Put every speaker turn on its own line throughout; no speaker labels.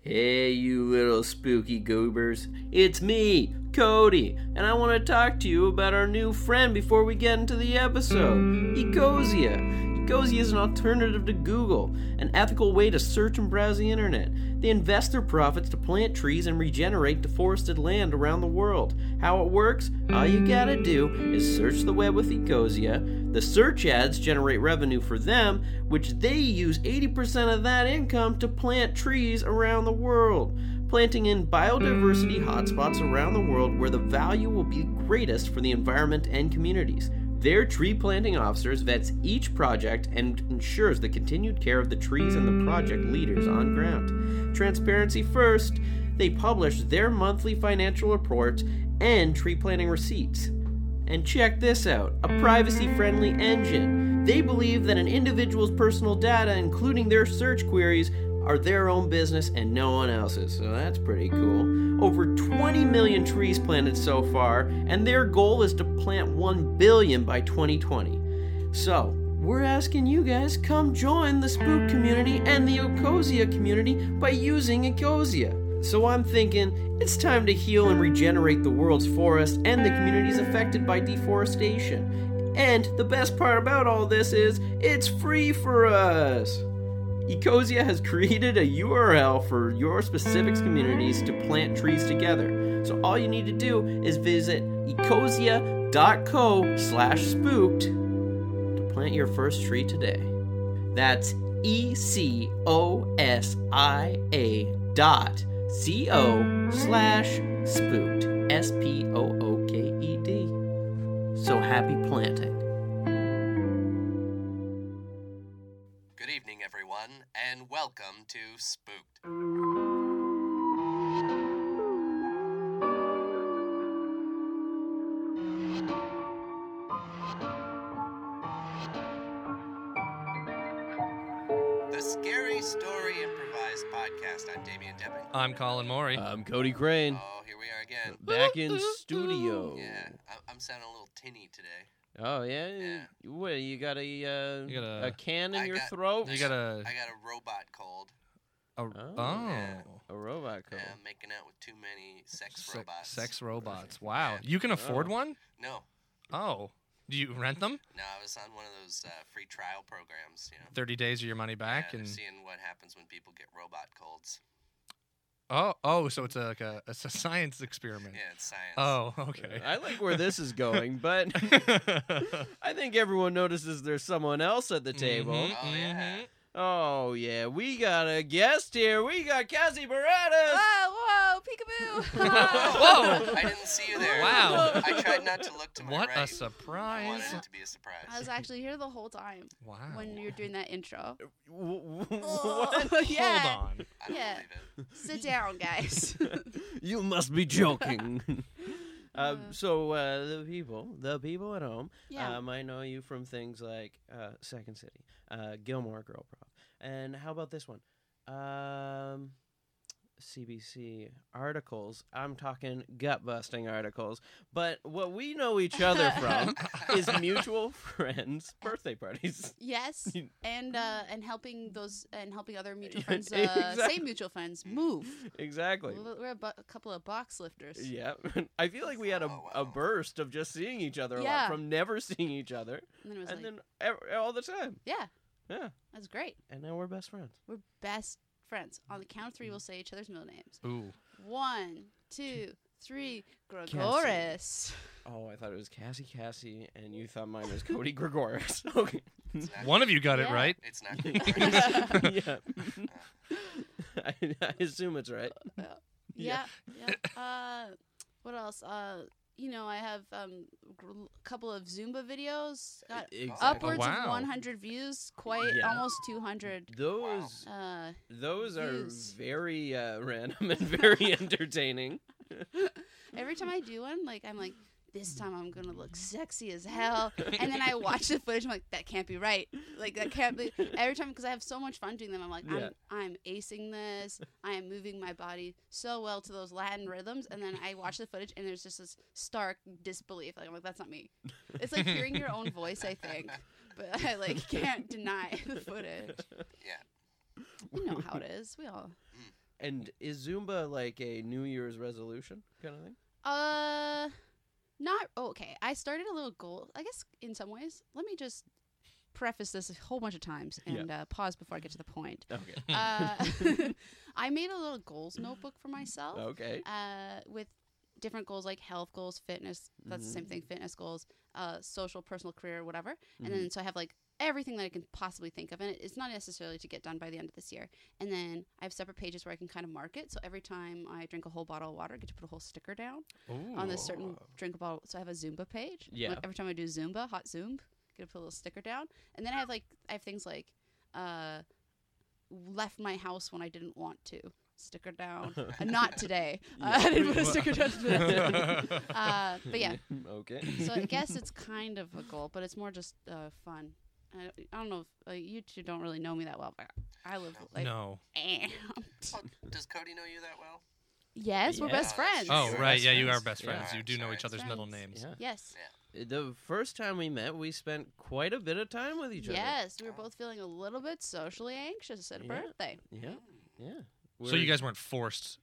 Hey, you little spooky goobers. It's me, Cody, and I want to talk to you about our new friend before we get into the episode Ecosia. Ecosia is an alternative to Google, an ethical way to search and browse the internet. They invest their profits to plant trees and regenerate deforested land around the world. How it works? All you gotta do is search the web with Ecosia. The search ads generate revenue for them, which they use 80% of that income to plant trees around the world, planting in biodiversity hotspots around the world where the value will be greatest for the environment and communities. Their tree planting officers vets each project and ensures the continued care of the trees and the project leaders on ground. Transparency first, they publish their monthly financial reports and tree planting receipts. And check this out a privacy friendly engine. They believe that an individual's personal data, including their search queries, are their own business and no one else's. So that's pretty cool. Over 20 million trees planted so far, and their goal is to plant 1 billion by 2020. So, we're asking you guys come join the spook community and the Ecosia community by using Ecosia. So I'm thinking it's time to heal and regenerate the world's forests and the communities affected by deforestation. And the best part about all this is it's free for us. Ecosia has created a URL for your specific communities to plant trees together. So all you need to do is visit ecosia.co slash spooked to plant your first tree today. That's E C O S I A dot C O slash spooked. S P O O K E D. So happy planting.
Good evening, everyone, and welcome to Spooked. The Scary Story Improvised Podcast. I'm Damian Deppin.
I'm Colin Maury.
I'm Cody Crane.
Oh, here we are again.
Back in studio.
Yeah, I- I'm sounding a little tinny today.
Oh yeah.
Yeah.
What you got a uh,
You got a-
a can in
I
your
got-
throat?
you got a,
I got a robot cold.
a
Oh.
oh,
Yeah.
a robot coat.
Yeah, I'm making out with too many sex
Se-
robots.
sex robots. Wow,
Yeah.
you can afford
Oh.
one?
No,
Oh, do you rent them?
no, I was on one of those uh, free trial programs. You know,
Thirty days of your money
yeah,
back,
they're
and
seeing what happens when people get robot colds.
oh, oh, so it's a, like a it's a science experiment.
Yeah, it's science.
Oh,
I
okay.
like where this is going, but I think everyone notices there's someone else at the table.
Mhm,
Oh, yeah.
mhm.
Oh yeah, we got a guest here. We got Cassie Baratas.
Ah! Whoa, whoa, peekaboo!
Whoa.
I didn't see you there.
Wow.
I tried not to look to my right.
What a
I wanted
surprise!
it to be a surprise.
I was actually here the whole time
Wow.
when
Oh.
you were doing that intro.
W- w- what?
Oh, yeah.
Hold on.
I don't
yeah.
believe it.
Sit down, guys.
you must be joking. Uh,
Uh.
so uh, the people, the people at home,
yeah.
um, I know you from things like uh, Second City, uh, Gilmore Girl Prop, and how about this one? Um, CBC articles. I'm talking gut busting articles. But what we know each other from
Oh,
is mutual friends' birthday parties.
yes,
you-
and uh, and helping those and helping other mutual
Yeah,
friends, uh,
exactly.
same mutual friends, move.
Exactly.
We're we're a, bu- a couple of box lifters.
Yeah, I feel like we had a,
Oh,
a
wow.
burst of just seeing each other a lot
Yeah.
from never seeing each other,
And then it was
and
like,
then ev- all the time.
yeah,
Yeah,
that's great.
and now we're best friends.
We're best friends. On the count of three, we'll say each other's middle names.
Ooh.
One, two, three. Gregoris.
Oh, I thought it was Cassie Cassie, and you thought mine was Cody Gregoris. okay.
It's not,
One of you got it
Yeah.
right.
It's not. Gregoris.
yeah. I, I assume it's right.
Yeah.
Yeah.
yeah. uh, what else? Uh, you know, I have um, gr- a couple of Zumba videos. Got upwards
wow.
of 100 views, quite
Yeah.
almost 200.
Those
Uh,
those are
Views.
very uh, random and very entertaining.
every time I do one, like I'm like, this time I'm gonna look sexy as hell. And then I watch the footage. I'm like, that can't be right. Like that can't be. Every time, because I have so much fun doing them. I'm like,
Yeah.
I'm, I'm acing this. I am moving my body so well to those Latin rhythms. And then I watch the footage, and there's just this stark disbelief. Like I'm like, that's not me. It's like hearing your own voice. I think, but I like can't deny the footage.
Yeah.
You know how it is. We all.
And is Zumba like a New Year's resolution kind of thing?
Uh, not oh, okay. I started a little goal. I guess in some ways. Let me just preface this a whole bunch of times
Yeah.
and uh, pause before I get to the point.
Okay.
Uh, I made a little goals notebook for myself.
okay.
uh, with different goals like health goals, fitness. That's the same thing. Fitness goals, uh, social, personal, career, whatever. And
Mm-hmm.
then so I have like everything that I can possibly think of, and it- it's not necessarily to get done by the end of this year. And then I have separate pages where I can kind of mark it. So every time I drink a whole bottle of water, I get to put a whole sticker down on
Oh,
this certain drink bottle. So I have a Zumba page.
Yeah.
Like, every time I do Zumba, hot Zoom, get to put a little sticker down. And then I have like I have things like, uh, left my house when I didn't want to. Sticker
Mm.
down. Uh, not today. Uh, I didn't put a sticker down today. uh, but yeah,
okay.
so I guess it's kind of a goal, but it's more just uh, fun. I don't, I don't know if uh, you two don't really know me that well, but I live like.
no.
eh.
Well, Oh, does Cody know you that well?
yes, we're
Yeah.
best friends.
Oh,
Oh
You're
right,
best
yeah, you are
friends.
best
Yeah.
friends. You do know
Sorry.
each other's middle
Friends.
names.
Yeah.
Yes.
The first time we met, we spent quite a bit of time with each
Yes, we were
Oh.
both feeling a little bit socially anxious at a
Yeah.
birthday.
other. Yeah.
Hmm.
Yeah.
So you
We're-
guys weren't forced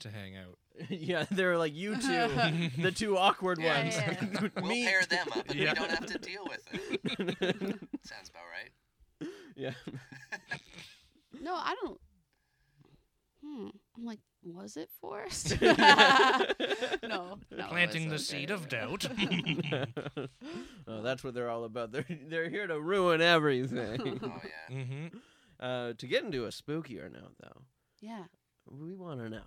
to hang out.
yeah, they're like you two, the oh, two awkward
Yeah,
ones.
yeah,
We'll
Me
pair
too.
them up and
Yeah.
we don't have to deal with it. Sounds about right.
yeah.
No, I don't. Hmm. I'm like, was it forced? no, no. it
Planting the
was
seed
okay.
of doubt. Mm-hmm.
oh, that's what they're all about. They're they're here to ruin everything.
Oh yeah.
hmm
uh, to get into a spookier note, though,
Yeah,
we want to know: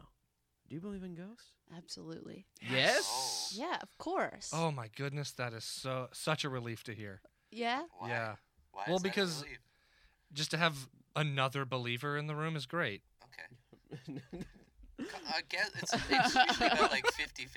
Do you believe in ghosts?
absolutely.
Yes.
Yeah, of course.
Oh my goodness, that is so such a relief to hear.
Yeah.
Why?
Yeah.
Why is
Well,
that a
because-
relief?
Just to have another believer in the room is great.
okay. I guess it's, it's usually about like 50-50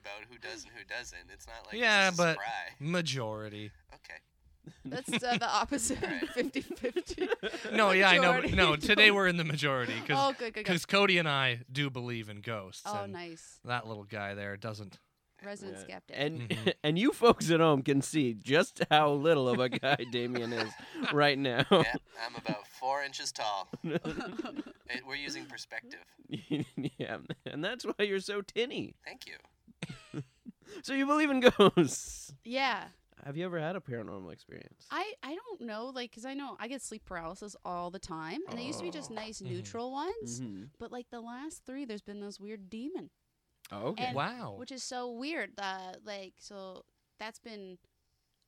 about who does and who doesn't. It's not like
Yeah,
this is
but-
spry.
Majority.
Okay.
That's uh, the opposite.
Alright.
50 50.
No, yeah, I know.
Majority.
but No, today we're in the majority
Oh,
because
good, good, good.
Cody and I do believe in ghosts.
Oh,
and
nice.
That little guy there doesn't.
Resident
Yeah.
skeptic.
And
Mhm.
and you folks at home can see just how little of a guy Damien is right now.
Yeah, I'm about four inches tall. It, we're using perspective.
yeah, and that's why you're so tinny.
Thank you.
So you believe in ghosts?
yeah.
Have you ever had a paranormal experience?
I, I don't know, like, because I know I get sleep paralysis all the time. And they used to be just
Oh.
nice,
Mhm.
neutral ones.
Mhm.
But, like, the last three, there's been this weird demon,
Oh, okay.
And-
wow.
which is so weird. Uh, like, so that's been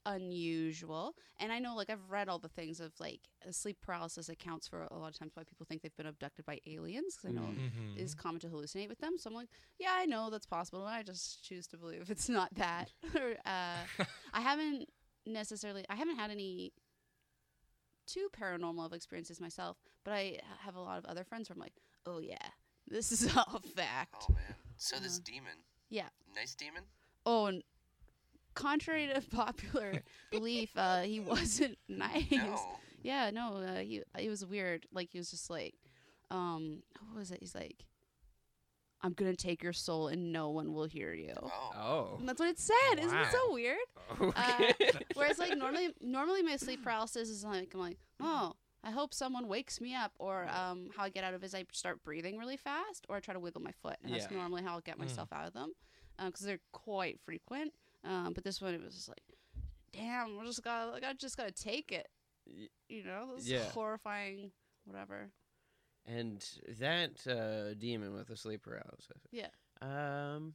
unusual. And I know, like, I've read all the things of, like, uh, sleep paralysis accounts for a lot of times why people think they've been abducted by aliens. 'cause I know
Mhm.
Mhm.
is common to hallucinate with them. So I'm like, yeah, I know that's possible. And I just choose to believe it's not that. Or, uh, I haven't necessarily, I haven't had any too paranormal of experiences myself, but I have a lot of other friends where I'm like, oh yeah, this is all fact.
Oh man. So this demon.
Uh-huh. Yeah.
Nice demon.
Oh, and contrary to popular belief, uh, he wasn't nice.
No.
Yeah, no, uh, he it was weird. Like he was just like, um, what was it? He's like, I'm gonna take your soul and no one will hear you.
Oh.
oh.
And uh, that's what it said. Isn't it so
Wow.
weird?
Okay.
Whereas like normally, normally my sleep paralysis is like I'm like, oh, I hope someone wakes me up. Or um, how I get out of it is I start breathing really fast, or I try to wiggle my foot. And That's
Yeah.
normally how I'll get
Mm.
myself out of them, because they're quite frequent. Um, but this one it was just like, damn, I just got, like, I just gotta take it.
Y-
You know, this
yeah.
horrifying, whatever.
and that uh, demon with the sleep paralysis.
Yeah.
Um,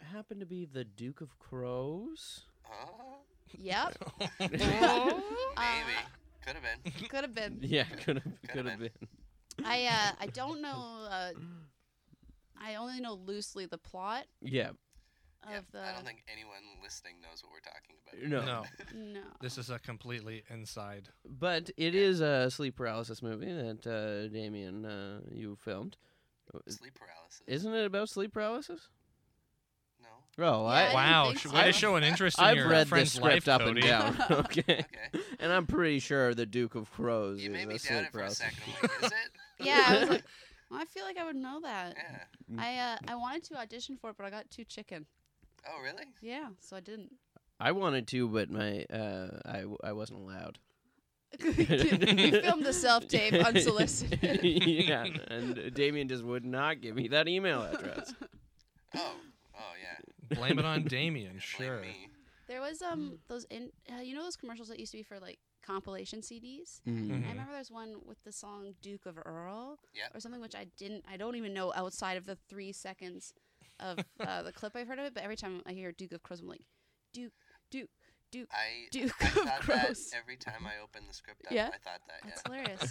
happened to be the Duke of Crows.
Huh?
Yep.
Maybe.
Uh,
Could have been.
Could have been.
Yeah, could have could have
Could've
been.
I uh, I don't know. Uh, I only know loosely the plot
Yeah.
of
Yeah,
the.
I don't think anyone listening knows what we're talking about.
No.
no,
no.
this is a completely inside.
But it is a sleep paralysis movie that uh, Damien uh, you filmed.
Sleep paralysis.
Isn't it about sleep paralysis?
No.
Oh,
I didn't
wow,
think
sh-
so.
way to show an interest in
I I've
your
read this
friend's
script
life,
up and
Cody.
down. okay.
Okay.
And I'm pretty sure the Duke of Crows
You
is
made
a
me doubt
sleep
it for a
paralysis.
second. I'm like, is it?
Yeah, I was like, well, I feel like I would know that.
Yeah.
I uh,
Mm-hmm.
I wanted to audition for it, but I got too chicken.
Oh really?
Yeah, so I didn't.
I wanted to, but my uh, I, w- I wasn't allowed.
you filmed a self tape unsolicited.
yeah, and Damien just would not give me that email address.
Oh, oh yeah.
Blame it on Damien,
Blame
sure.
me.
There was
Mm.
um those in uh, you know those commercials that used to be for like compilation CDs.
Mm-hmm.
Mm.
Mm-hmm.
I remember there's one with the song Duke of Earl
Yeah.
or something which I didn't I don't even know outside of the three seconds of uh, the clip I've heard of it. But every time I hear Duke of Crows, I'm like Duke Duke Duke
I
Duke
I
of
thought that
Crows.
every time I opened the script up.
Yeah?
I thought that.
That's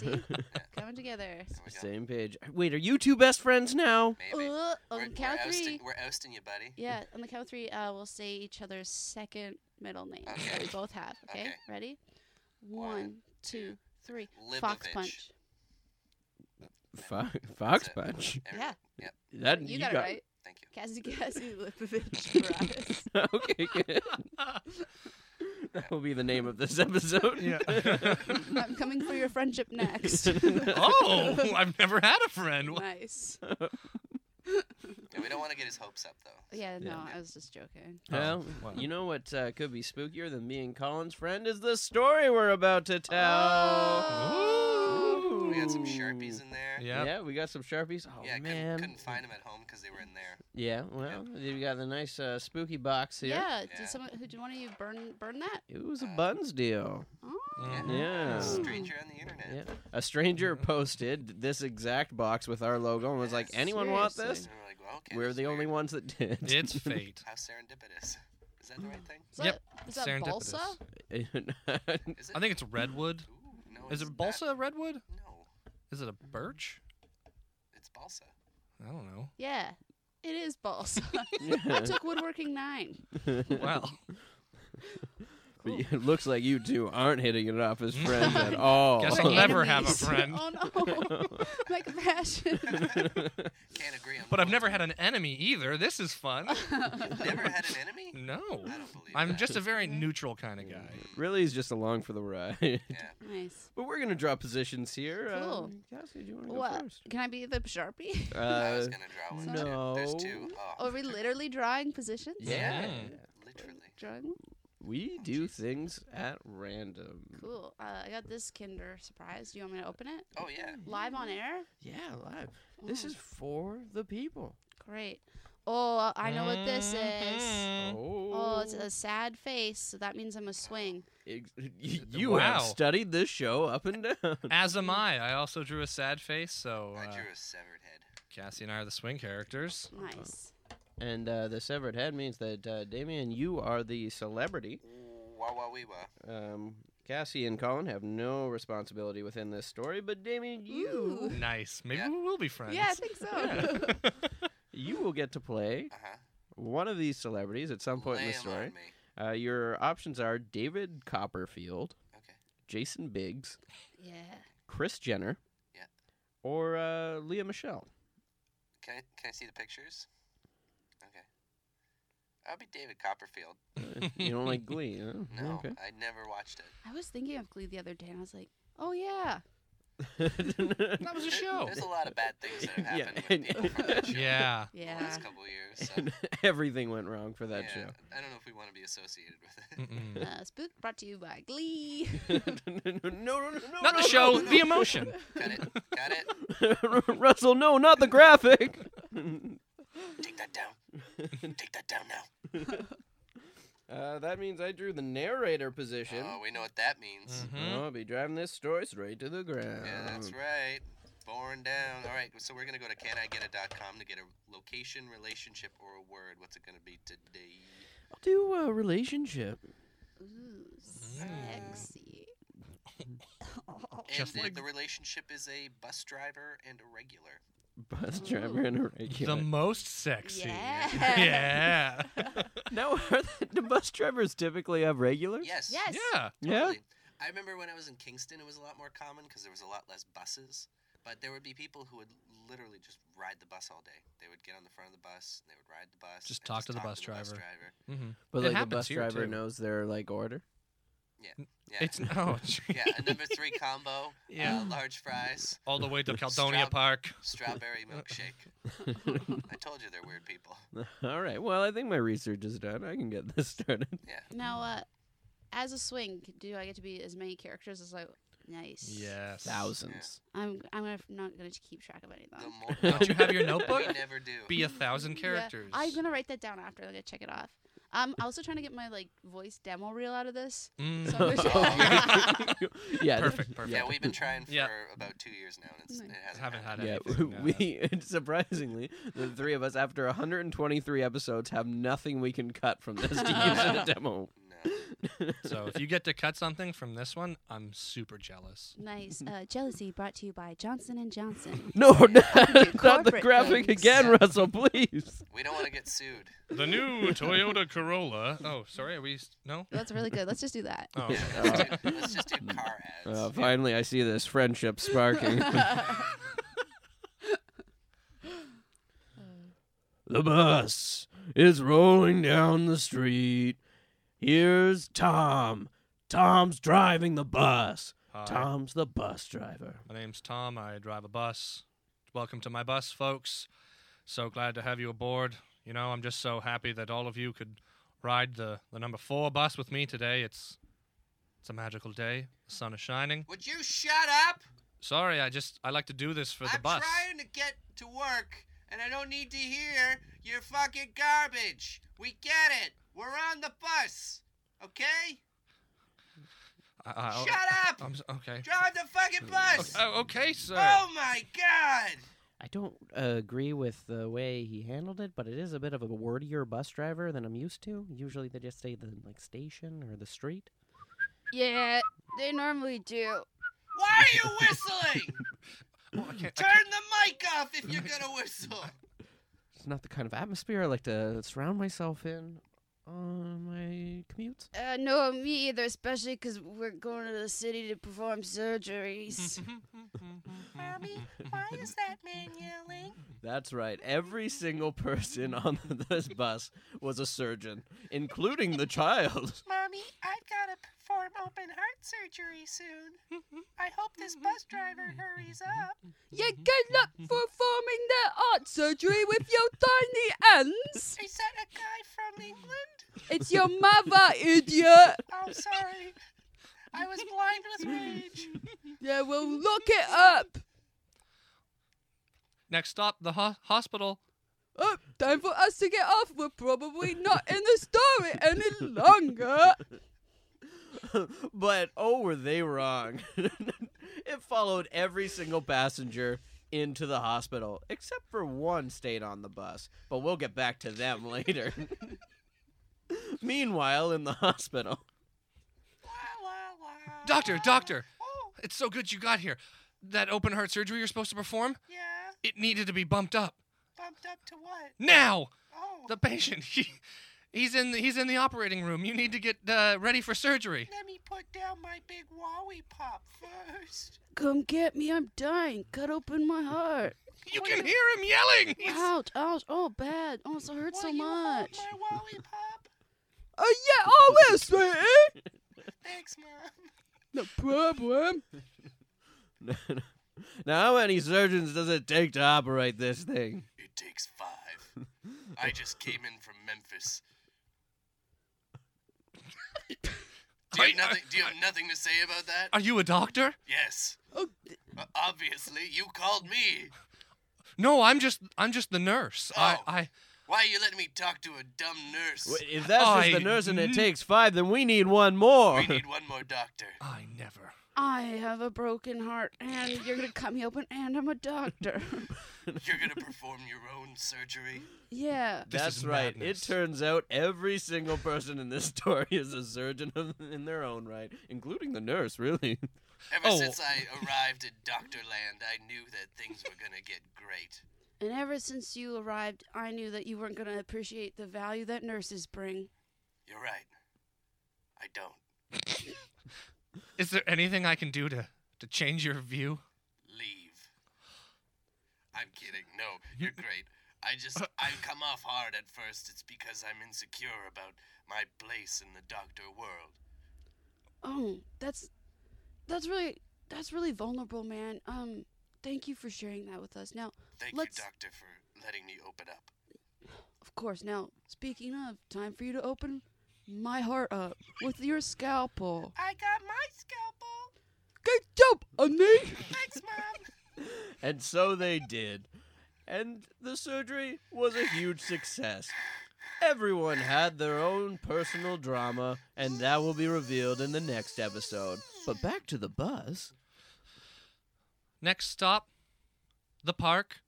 yeah.
hilarious. See, coming together.
There we go.
Same page. Wait, are you two best friends now?
Maybe.
Uh, on
we're,
the
we're
count of
ousting,
three.
we're ousting you, buddy.
Yeah, on the count of three, uh, we'll say each other's second middle name that we
Okay.
both have. Okay,
Okay.
ready?
One,
One, two, three. Fox
Libovich.
punch.
Fo- Fox
it.
Punch.
Every-
Yeah,
Yep.
That
you, got it right.
Thank you.
Cassie Cassie Lipovich Baradas.
okay, good. that will be the name of this episode.
Yeah.
I'm coming for your friendship next.
oh, I've never had a friend. What-
nice.
Yeah, we don't want to get his hopes up though.
Yeah, no,
Yeah.
I was just joking.
Well,
Oh, wow.
you know what uh, could be spookier than being Colin's friend is the story we're about to
Oh.
tell.
We got some sharpies in there.
Yeah.
Yeah, we got some sharpies. Oh
Yeah,
man.
couldn't, couldn't find them at home because they were in there.
Yeah, well, you got the nice uh, spooky box here.
Yeah,
Yeah.
did someone who did one of you burn burn that?
It was a
Uh,
buns deal.
Oh.
Mhm.
Yeah.
Stranger on the internet.
Yeah. A stranger posted this exact box with our logo and was like, "Anyone want this?"
And we're like, well, okay.
We're
that's
the only
weird.
ones that did.
It's fate.
How serendipitous. Is that the right thing?
Is
Yep,
that, is that
serendipitous.
balsa?
Is
I think it's redwood.
Ooh, no,
Is
it's
it balsa
Not...
redwood?
No,
Is it a birch?
it's balsa.
I don't know.
Yeah, it is balsa. I took woodworking nine.
Wow.
But it looks like you two aren't hitting it off as friends at all.
Guess
We're
I'll never have a
enemies.
friend.
oh no, my compassion.
Can't agree on.
But I've
one.
never had an enemy either. This is fun.
Never had an enemy.
No.
I don't believe
I'm
that.
just a very neutral kind of guy.
really is just along for the ride.
Yeah.
nice.
But we're gonna draw positions here. Um,
Cool.
Cassie, do you want to go
What?
first?
Can I be the sharpie?
I
Uh,
was gonna draw one too. There's
no.
two. Oh,
Are we literally drawing positions?
yeah.
Yeah.
literally.
Drawing.
We do things at random.
Cool. Uh, I got this Kinder surprise. Do you want me to open it
Oh yeah.
live on air?
Yeah, live. This
Oh.
is for the people.
Great. Oh, I know what this is.
Mhm.
Oh,
Oh, it's a sad face, so that means I'm a swing.
Ex- you you have
Wow.
studied this show up and down.
As am I. I also drew a sad face, so
I
uh,
drew a severed head.
Cassie and I are the swing characters.
Nice.
and uh, the severed head means that uh, Damien, you are the celebrity.
Wah wah wee wah.
Um, Cassie and Colin have no responsibility within this story, but Damien, you
Ooh.
Nice. Maybe
Yeah.
we will be friends.
Yeah, I think so.
you will get to play
Uh huh.
one of these celebrities at some point
Lay
in the
'em
story.
on me.
Uh, your options are David Copperfield,
Okay.
Jason Biggs,
yeah.
Chris Jenner,
Yeah.
or uh, Leah Michelle.
Can I can I see the pictures? Okay. I'll be David Copperfield.
you don't like Glee? Huh?
No,
Mm-hmm, Okay.
I never watched it.
I was thinking of Glee the other day, and I was like, oh yeah.
that was a
There-
show.
There's a lot of bad things that have
Yeah, and-
happened with people from that show.
Yeah.
The
Yeah.
last couple years. So.
Everything went wrong for that
yeah, I don't know if we want to be associated with it.
Mm-mm.
Uh, Spook brought to you by Glee.
show. no, no, no, no,
Not
no,
the show,
no,
the emotion.
Got it. Got it.
no. Russell, no, not the graphic.
Take that down. Take that down now.
uh, that means I drew the narrator position.
Oh, we know what that means.
Mm-hmm.
Mhm.
I'll be driving this story straight to the ground.
Yeah, that's right. Born down. All right, so we're gonna go to canigetit.com to get a location, relationship, or a word. What's it gonna be today?
I'll do a relationship.
Ooh, sexy.
Oh, Just
and
like-
the relationship is a bus driver and a regular.
Bus driver and a regular.
Hmm. The most sexy.
Yeah.
Yeah.
now, are the, do bus drivers typically have regulars?
Yes.
Yes.
Yeah.
Yeah.
Totally. I remember when I was in Kingston, it was a lot more common because there was a lot less buses. But there would be people who would literally just ride the bus all day. They would get on the front of the bus, and they would ride the bus.
Just
and
talk to the bus driver. Mhm.
But
It
like the
happens
bus
here,
driver
too.
knows their like order.
Yeah.
It's oh, gee.
yeah, a number three combo.
Yeah.
Uh, large fries,
all the way to Caldonia
Stroud-
Park.
strawberry milkshake. I told you they're weird people.
All right. Well, I think my research is done. I can get this started.
Now, uh, as a swing, do I get to be as many characters as I Nice.
Yes.
Thousands.
I'm I'm gonna, not going to keep track of any of that.
The more
Don't you have your
we
notebook?
never do.
Be a thousand
Yeah.
characters.
I'm gonna write that down after. I'm gonna check it off. Um, I'm also trying to get my like voice demo reel out of this.
Mm.
So I'm just-
Oh,
yeah.
Perfect,
that-
perfect.
yeah, we've been trying for
Yeah.
about two years now, and it's,
Nice.
it hasn't
Haven't had
happened.
Yeah,
anything, uh,
we surprisingly, the three of us, after 123 episodes, have nothing we can cut from this to use in a demo.
No.
So if you get to cut something from this one, I'm super jealous.
Nice.
Mm-hmm.
Uh, Jealousy brought to you by Johnson and Johnson.
no, not, not the
corporate
graphic
things.
again,
Yeah.
Russell. Please.
We don't want to get sued.
The new Toyota Corolla. Oh, sorry. Are we s- no?
That's really good. Let's just do that.
Oh,
Yeah,
Uh,
let's, do, let's just do car ads.
Uh, finally, I see this friendship sparking. The bus is rolling down the street. Here's Tom. Tom's driving the bus.
hi.
Tom's the bus driver.
My name's Tom. I drive a bus. Welcome to my bus, folks. So glad to have you aboard. You know, I'm just so happy that all of you could ride the, the number four bus with me today. It's it's a magical day. The sun is shining.
Would you shut up?
Sorry, I just I like to do this for the
I'm
bus.
trying to get to work, and I don't need to hear your fucking garbage. We get it. We're on the bus. Okay?
I, I,
Shut up!
I'm s- Oh, okay.
Drive the fucking bus.
Oh, okay, sir.
Oh my god.
I don't agree with the way he handled it, but it is a bit of a wordier bus driver than I'm used to. Usually they just say the like station or the street.
yeah, they normally do.
Why are you whistling?
Oh, I can't- I
Turn the mic off if you're gonna whistle.
It's not the kind of atmosphere I like to surround myself in on my commutes.
Uh, no, me either, especially because we're going to the city to perform surgeries.
Mommy, why is that man yelling?
That's right. Every single person on this bus was a surgeon, including the child.
Mommy, I've gotta perform open heart surgery soon. I hope this bus driver hurries up.
You're good luck performing the art surgery with your tiny hands.
Is that a guy from England?
It's your mother, idiot.
Oh, sorry. I was blind with rage.
Yeah, well, look it up.
Next stop, the ho- hospital.
Oh, time for us to get off. We're probably not in the story any longer.
but oh, were they wrong? it followed every single passenger into the hospital, except for one stayed on the bus. But we'll get back to them later. Meanwhile, in the hospital,
La, la, la.
Doctor, doctor,
Oh,
it's so good you got here. That open heart surgery you're supposed to perform,
yeah.
it needed to be bumped up.
Bumped up to what?
Now,
Oh.
the patient, he, he's in the, he's in the operating room. You need to get uh, ready for surgery.
Let me put down my big wowie pop first.
Come get me, I'm dying. Cut open my heart.
You can hear him yelling. He's-
Ouch, ouch, oh, bad. Oh, so hurt so
Will you
much.
Hold my wowie pop?
Oh, yeah, oh, yes, sweetie.
Thanks, Mom.
No problem.
now how many surgeons does it take to operate this thing?
It takes five. I just came in from Memphis. Do you, have
I-
nothing, do you have nothing to say about that?
Are you a doctor?
yes.
Oh, th-
Uh, Obviously, you called me.
No, I'm just I'm just the nurse. I
Oh.
I
Why are you letting me talk to a dumb nurse?
Wait, If that's just
I-
the nurse and it takes five, then we need one more.
We need one more doctor.
I never.
I have a broken heart, and you're going to cut me open, and I'm a doctor.
You're gonna perform your own surgery.
yeah.
This
That's
is
right.
madness.
It turns out every single person in this story is a surgeon of- in their own right, including the nurse, really.
Ever
Oh.
since I arrived at Doctorland, I knew that things were gonna get great.
And ever since you arrived, I knew that you weren't going to appreciate the value that nurses bring.
You're right. I don't.
Is there anything I can do to to change your view?
Leave. I'm kidding. No, you're great. I just I come off hard at first. It's because I'm insecure about my place in the doctor world.
Oh, that's that's really that's really vulnerable, man. Um, thank you for sharing that with us. Now,
Thank
Let's-
you, doctor, for letting me open up.
of course, now speaking of, time for you to open my heart up with your scalpel.
I got my scalpel.
good job, honey.
Thanks, Mom.
And so they did. And the surgery was a huge success. Everyone had their own personal drama, and that will be revealed in the next episode. But back to the bus.
Next stop, the park.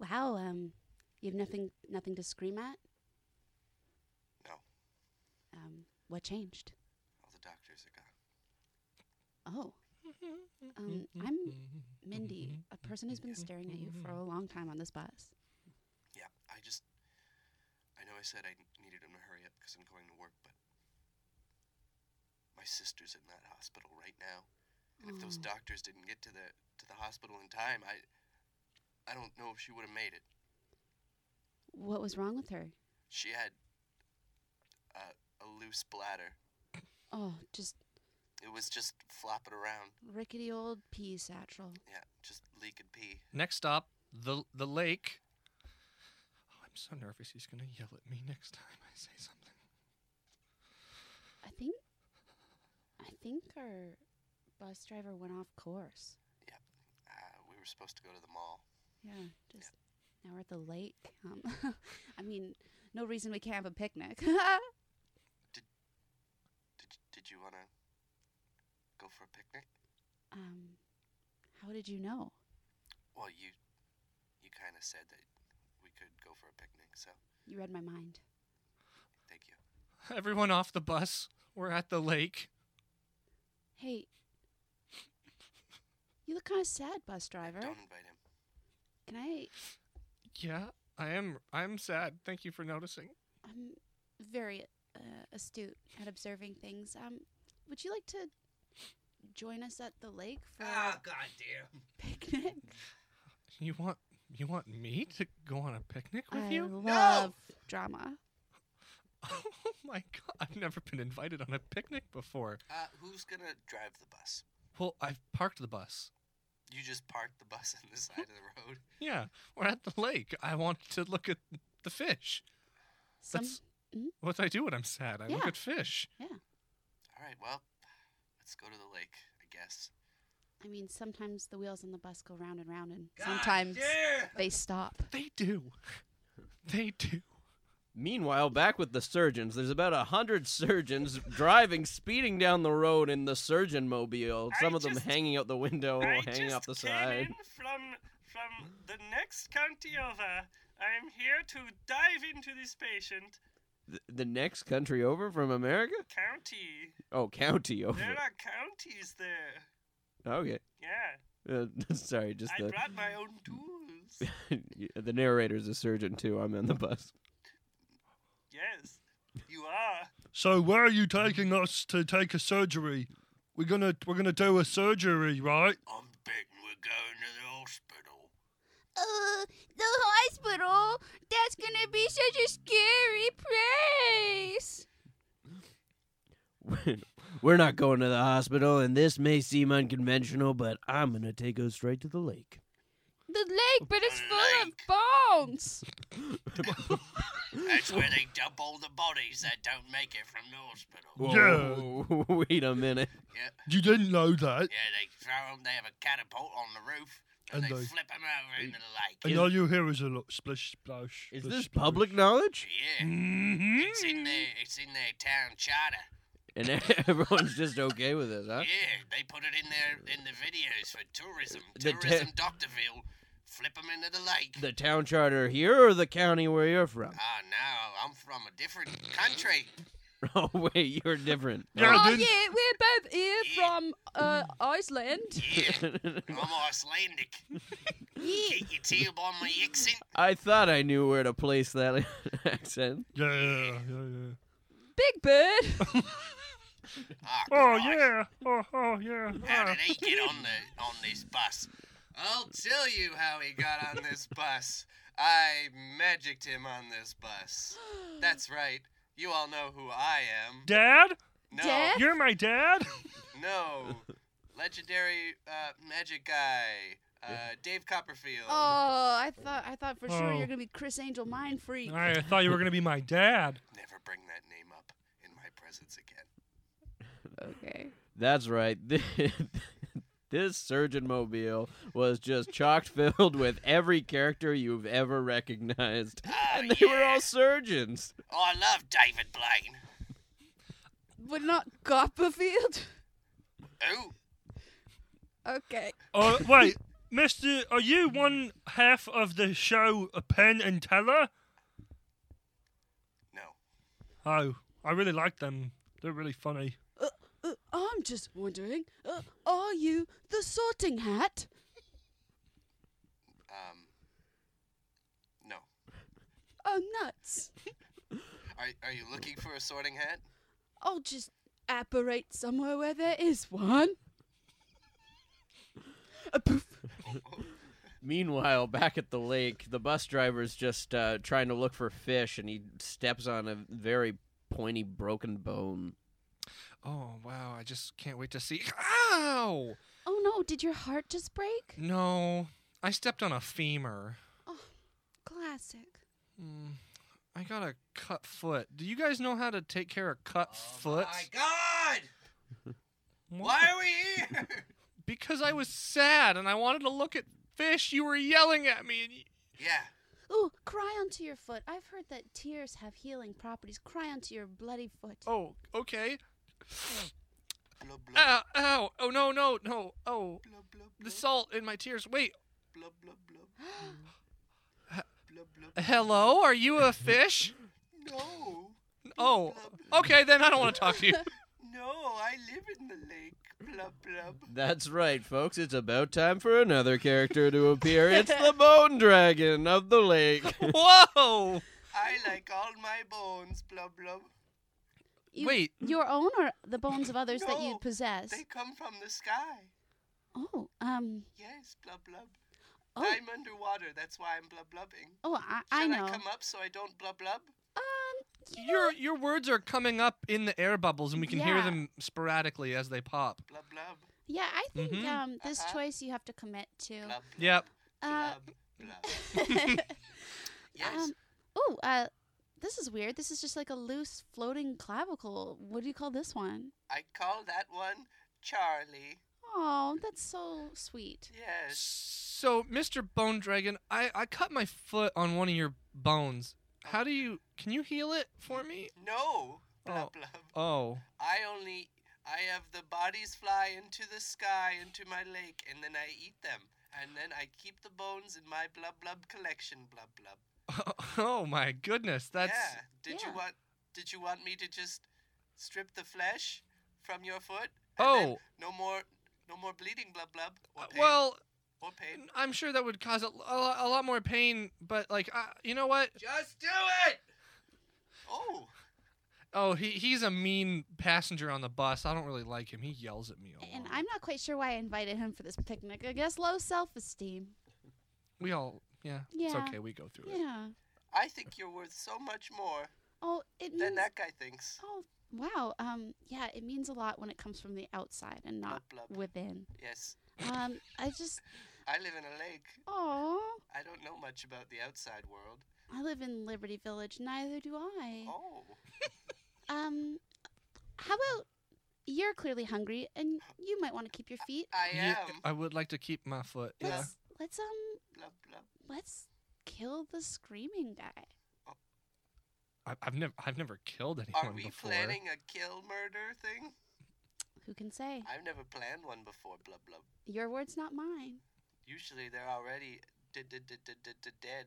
Wow, um, you have nothing, nothing to scream at.
No,
Um, what changed?
all the doctors are gone.
Oh, um, I'm Mindy, a person who's been staring at you for a long time on this bus.
Yeah, I just. I know I said I needed him to hurry up because I'm going to work, but. My sister's in that hospital right now. And if those
Oh.
doctors didn't get to the to the hospital in time, I I don't know if she would have made it.
What was wrong with her?
She had uh, a loose bladder.
Oh, just
It was just flopping around.
rickety old pea satchel.
Yeah, just leaking pee.
Next stop, the the lake. Oh, I'm so nervous. He's gonna yell at me next time I say something.
I think, I think our bus driver went off course.
Uh, we were supposed to go to the mall.
Yeah, just now we're at the lake. Um, I mean, no reason we can't have a picnic.
Did Did you wanna go for a picnic?
um, how did you know?
Well, you you kind of said that we could go for a picnic, so
You read my mind.
thank you.
Everyone off the bus. We're at the lake.
Hey, you look kind of sad, bus driver.
Don't invite him.
Can I?
Yeah, I am. I'm sad. Thank you for noticing.
I'm very uh, astute at observing things. Um, would you like to join us at the lake for
Ah.
a
God damn.
picnic?
You want you want me to go on a picnic with
I
you?
love drama.
Oh my god! I've never been invited on a picnic before.
Uh, who's gonna drive the bus?
Well, I've parked the bus.
You just parked the bus on the side of the road.
Yeah, we're at the lake. I want to look at the fish.
Some,
That's- What I do when I'm sad, I look
Yeah.
at fish.
All right, well, let's go to the lake, I guess.
I mean, sometimes the wheels on the bus go round and round, and sometimes they stop.
They do. They do.
Meanwhile, back with the surgeons, there's about a hundred surgeons driving, speeding down the road in the surgeon mobile. Some
I
of them
just-
hanging out the window,
I
hanging
just
off Oh, the
came
side.
in from from the next county over. I am here to dive into this patient
Th- The next country over from America?
county.
Oh, county over.
There are counties there.
Okay.
Yeah,
Uh, sorry, just
I
the
brought my own tools.
the narrator's a surgeon too. I'm on the bus.
yes, you are.
So where are you taking us to take a surgery? We're gonna we're gonna do a surgery, right?
I'm betting we're going to the hospital.
Uh, the hospital? That's gonna be such a scary place.
We're not going to the hospital, and this may seem unconventional, but I'm gonna take us straight to the lake.
The lake, but it's full
Lake.
of bones.
That's where they dump all the bodies that don't make it from the hospital.
Whoa, wait a minute.
Yeah,
You didn't know that.
yeah, they throw them. They have a catapult on the roof, and,
And
they,
they-
flip 'em flip them over into the lake.
Is- all
you hear is a lot splish splash.
Is this public knowledge?
Yeah,
hmm
it's in their it's in their town charter.
And everyone's just okay with this,
Uh,
huh?
Yeah, they put it in their in the videos for tourism.
The
tourism Doctorville, flip 'em into the lake.
The town charter here or the county where you're from?
Ah, no, I'm from a different country.
Oh wait, you're different.
Yeah,
oh
dude.
yeah, we're both here from uh, Iceland.
Yeah, I'm Icelandic.
Yeah.
Can't you tell by my accent?
I thought I knew where to place that accent.
Yeah, yeah, yeah, yeah.
Big Bird.
Ah,
Oh
Christ.
yeah. Oh, oh yeah.
How
Ah.
did he get on the on this bus? I'll tell you how he got on this bus. I magicked him on this bus. That's right. You all know who I am.
Dad,
No,
Death?
you're my dad.
no, legendary uh, magic guy, uh, Dave Copperfield.
Oh, I thought I thought for sure
Oh.
you're gonna be Chris Angel Mind Freak.
I thought you were gonna be my dad.
Never bring that name up in my presence again.
Okay.
That's right. This Surgeon Mobile was just chocked filled with every character you've ever recognized.
Oh,
and they were
yeah.
all surgeons.
Oh, I love David Blaine.
But not Copperfield.
Who?
okay.
Oh wait, Mister, are you one half of the show Penn and Teller?
No.
Oh, I really like them. They're really funny.
Uh, uh, I'm just wondering, uh, are you the Sorting Hat?
Um. No.
Oh, nuts.
Are Are you looking for a sorting hat?
I'll just apparate somewhere where there is one. A poof.
Meanwhile, back at the lake, the bus driver's just uh, trying to look for fish and he steps on a very pointy broken bone.
Oh wow, I just can't wait to see. Ow!
Oh no, did your heart just break? Oh,
No, I stepped on a femur.
Classic.
Mm, I got a cut foot. Do you guys know how to take care of cut foot?
Oh, My God! Why are we here?
Because I was sad and I wanted to look at fish. You were yelling at me. And y
yeah.
Ooh, cry onto your foot. I've heard that tears have healing properties. Cry onto your bloody foot.
oh, okay.
Blah, blah,
Ow, ow. Oh no, no, no. Oh,
blah, blah,
the
blah,
salt in my tears. Wait.
blah, blah, blah, blah, blah, blah.
Hello, are you a fish?
No.
Oh, okay, then I don't want to talk to you.
No, I live in the lake. Blub blub.
That's right, folks. It's about time for another character to appear. It's the bone dragon of the lake.
Whoa!
I like all my bones. Blub blub.
You-
Wait.
Your own or the bones of others that you
No,
possess?
They come from the sky.
Oh, um,
Yes, blub blub.
oh,
I'm underwater. That's why I'm blub blubbing.
oh, I,
Should
I know.
I come up so I don't blub blub?
um, you
Your your words are coming up in the air bubbles, and we can hear
Yeah.
them sporadically as they pop.
Blub blub.
yeah, I think
Mhm.
um this
Uh-huh.
choice you have to commit to.
Blub.
Yep.
Uh,
Blub blub. Yes.
um, oh, uh, this is weird. This is just like a loose floating clavicle. What do you call this one?
I call that one Charlie.
Oh, that's so sweet.
Yes.
So, Mr. Bone Dragon, I I cut my foot on one of your bones. How do you? Can you heal it for me?
No. Blub
Oh.
blub.
Oh,
I only I have the bodies fly into the sky into my lake and then I eat them and then I keep the bones in my blub blub collection blub blub.
oh my goodness, that's
yeah. Did
Yeah.
you want did you want me to just strip the flesh from your foot? and then
oh.
no more no more bleeding blub blub or pain
Uh, Well,
or pain.
I'm sure that would cause a, lo- a, lo- a lot more pain, but like, uh, you know what?
Just do it. Oh.
Oh, he he's a mean passenger on the bus. I don't really like him. He yells at me a lot.
And I'm not quite sure why I invited him for this picnic. I guess low self-esteem.
We all, yeah, it's
Yeah.
okay. We go through it.
Yeah.
I think you're worth so much more
Oh, it means.
than that guy thinks.
Oh, wow. Um, yeah, it means a lot when it comes from the outside and not
Blub, blub.
within.
Yes.
Um, I just,
I live in a lake.
oh,
I don't know much about the outside world.
I live in Liberty Village. Neither do I.
Oh.
Um, how about you're clearly hungry and you might want to keep your feet.
I
Yeah,
am.
I would like to keep my foot.
Yeah.
Yeah.
Let's let's um
Blub, blub.
let's kill the screaming guy.
I, I've never, I've never killed anyone
Are we
before.
planning a kill murder thing?
Who can say?
I've never planned one before. Blub blub.
Your words, not mine.
Usually they're already d- d- d- d- d- d- dead.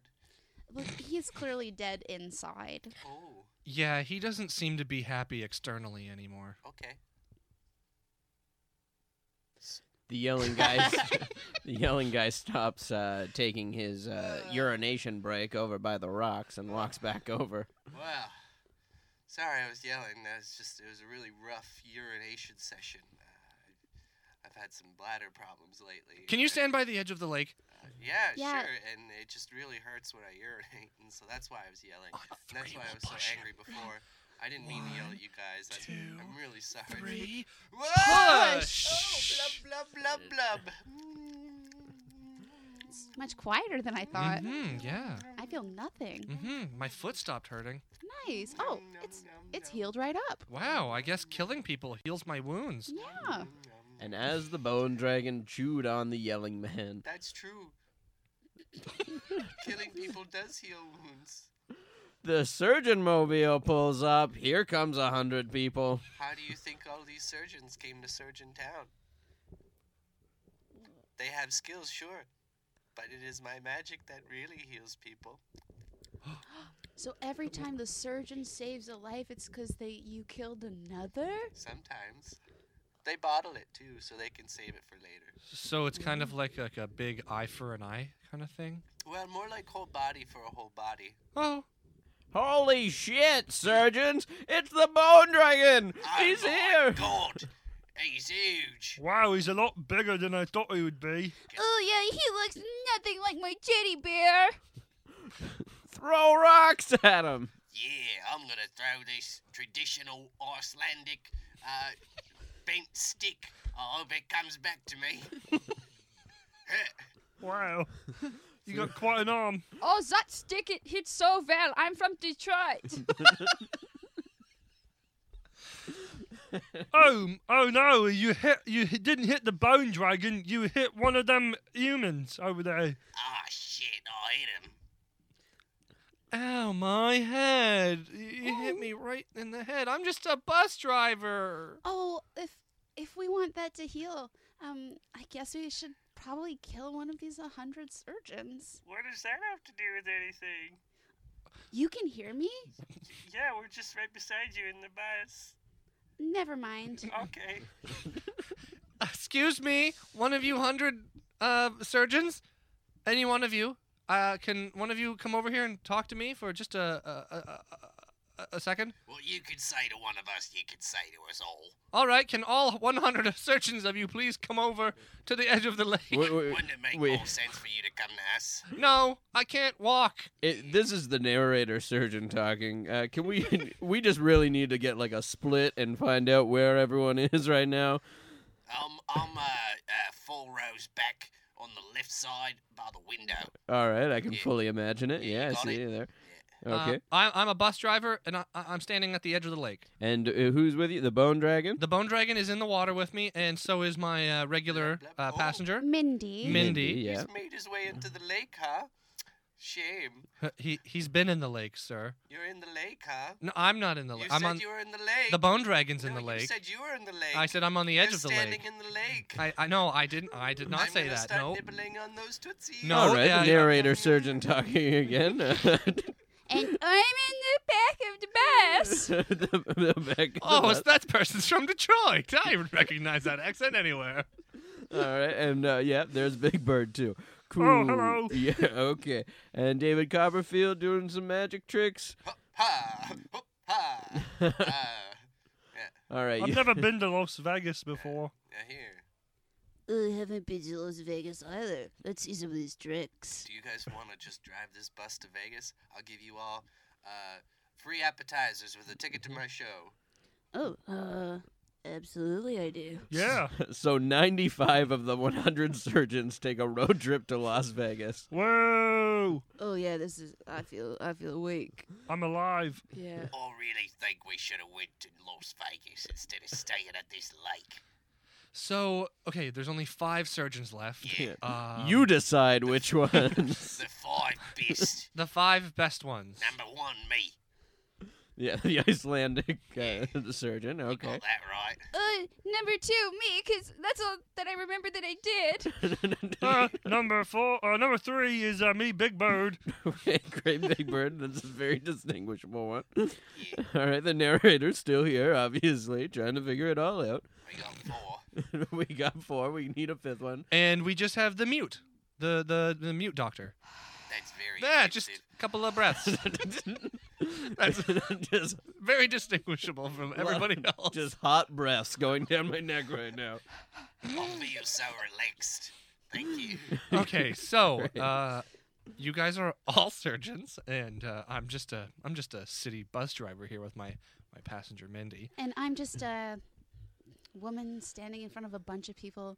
Look, he's clearly dead inside.
Oh,
Yeah, he doesn't seem to be happy externally anymore.
okay.
The yelling guy, the yelling guy stops uh, taking his uh, urination break over by the rocks and walks back over.
Well, sorry I was yelling. That was just it was a really rough urination session. Uh, I've had some bladder problems lately.
Can you stand by the edge of the lake?
Uh, yeah,
Yeah.
sure. And it just really hurts when I urinate, and so that's why I was yelling.
On
And that's
Oh, three,
why I
we'll
was so
push it.
angry before. I didn't mean to yell
One,
at you guys. That's,
two,
I'm really sorry.
Three.
Whoa!
Push!
Oh, blub blub blub blub. sense.
Much quieter than I thought.
Mm-hmm, yeah.
I feel nothing.
Mm-hmm. My foot stopped hurting.
Nice. Oh,
Nom,
it's
nom,
it's
nom.
healed right up.
Wow, I guess killing people heals my wounds.
Yeah.
Mm,
And as the bone dragon chewed on the yelling man,
That's true. Killing people does heal wounds.
the surgeon mobile pulls up. Here comes a hundred people.
How do you think all these surgeons came to Surgeon Town? They have skills, sure, but it is my magic that really heals people.
So every time the surgeon saves a life, it's because they you killed another.
Sometimes. They bottle it too, so they can save it for later.
So it's kind of like like a big eye for an eye kind of thing.
Well, more like whole body for a whole body.
Oh,
Holy shit, surgeons! It's the bone dragon! He's
Oh my
here!
God! He's huge!
wow, he's a lot bigger than I thought he would be.
Oh yeah, he looks nothing like my teddy bear.
Throw rocks at him!
Yeah, I'm gonna throw this traditional Icelandic uh, bent stick. I hope it comes back to me.
Wow, you got quite an arm.
Oh, that stick it hit so well. I'm from Detroit.
Oh, m- oh no, you hit you hit- didn't hit the bone dragon. You hit one of them humans over there.
Ah, shit, I hit him.
Ow, Oh, my head! You
Oh.
hit me right in the head. I'm just a bus driver.
Oh, if if we want that to heal, um, I guess we should probably kill one of these a hundred surgeons.
What does that have to do with anything?
You can hear me?
Yeah, we're just right beside you in the bus.
Never mind.
Okay.
Excuse me, one of you hundred uh, surgeons, any one of you, uh, can one of you come over here and talk to me for just a a, a, a, a second?
What you could say to one of us, you could say to us all.
All right, can all one hundred surgeons of you please come over to the edge of the lake?
Wait, wait,
Wouldn't it make
wait.
more sense for you to come to us?
No, I can't walk.
It, this is the narrator surgeon talking. Uh, can we? we just really need to get like a split and find out where everyone is right now.
I'm, I'm uh, uh, four rows back on the left side by the window.
All right, I can
Yeah.
fully imagine it.
Yeah,
Yeah,
you
I
got
see
it. Um,
you there.
Uh,
Okay,
I, I'm a bus driver, and I, I- I'm standing at the edge of the lake.
and uh, who's with you? The bone dragon.
The bone dragon is in the water with me, and so is my uh, regular uh,
Oh.
passenger.
Mindy.
Min- Mindy.
Yeah.
He's made his way into the lake, huh? Shame.
He he's been in the lake, sir.
You're in the lake, huh?
No, I'm not in the
You
lake. I'm
said
on
you were in the lake.
the bone dragon's
no,
in the
You
lake.
said you were in the lake.
I said I'm on the edge
You're
of the
standing
lake.
in the lake.
I, I no, I didn't. I did not
I'm
say
gonna
that.
Start
No.
nibbling on those tootsies.
No.
All right,
oh, yeah,
the
yeah.
narrator surgeon talking again.
And I'm in the back of the bus.
the, the back of
Oh,
the
it's that person's from Detroit. I don't even recognize that accent anywhere.
All right, and uh, yeah, there's Big Bird too. Cool.
Oh, hello.
Yeah, okay. And David Copperfield doing some magic tricks.
Hop, ha, hop, ha.
All
uh,
right, you-
never been to Las Vegas before.
now here.
I haven't been to Las Vegas either. Let's see some of these tricks.
Do you guys want to just drive this bus to Vegas? I'll give you all uh, free appetizers with a ticket to my show.
Oh, uh, absolutely I do.
Yeah.
so 95 of the 100 surgeons take a road trip to Las Vegas.
Whoa!
Oh yeah, this is. I feel. I feel awake.
I'm alive.
Yeah.
I really think we should have went to Las Vegas instead of staying at this lake.
So okay, there's only five surgeons left.
Yeah.
Um,
you decide which ones.
The five best.
the five best ones.
Number one, me.
yeah, the Icelandic uh, surgeon. Okay.
Got that right.
uh, number two, me, 'cause that's all that I remember that I did.
Uh, number four, uh, number three is uh, me, Big Bird.
okay, great Big Bird. That's a very distinguishable one.
Yeah.
All right, the narrator's still here, obviously, trying to figure it all out.
We got four.
we got four. We need a fifth one.
And we just have the mute, the the, the mute doctor.
That's very.
Yeah, just
addictive.
a couple of breaths. That's
just,
very distinguishable from everybody else.
just hot breaths going down my neck right now.
I feel so relaxed. Thank you.
okay, so uh, you guys are all surgeons, and uh, I'm just a I'm just a city bus driver here with my my passenger Mindy.
And I'm just a woman standing in front of a bunch of people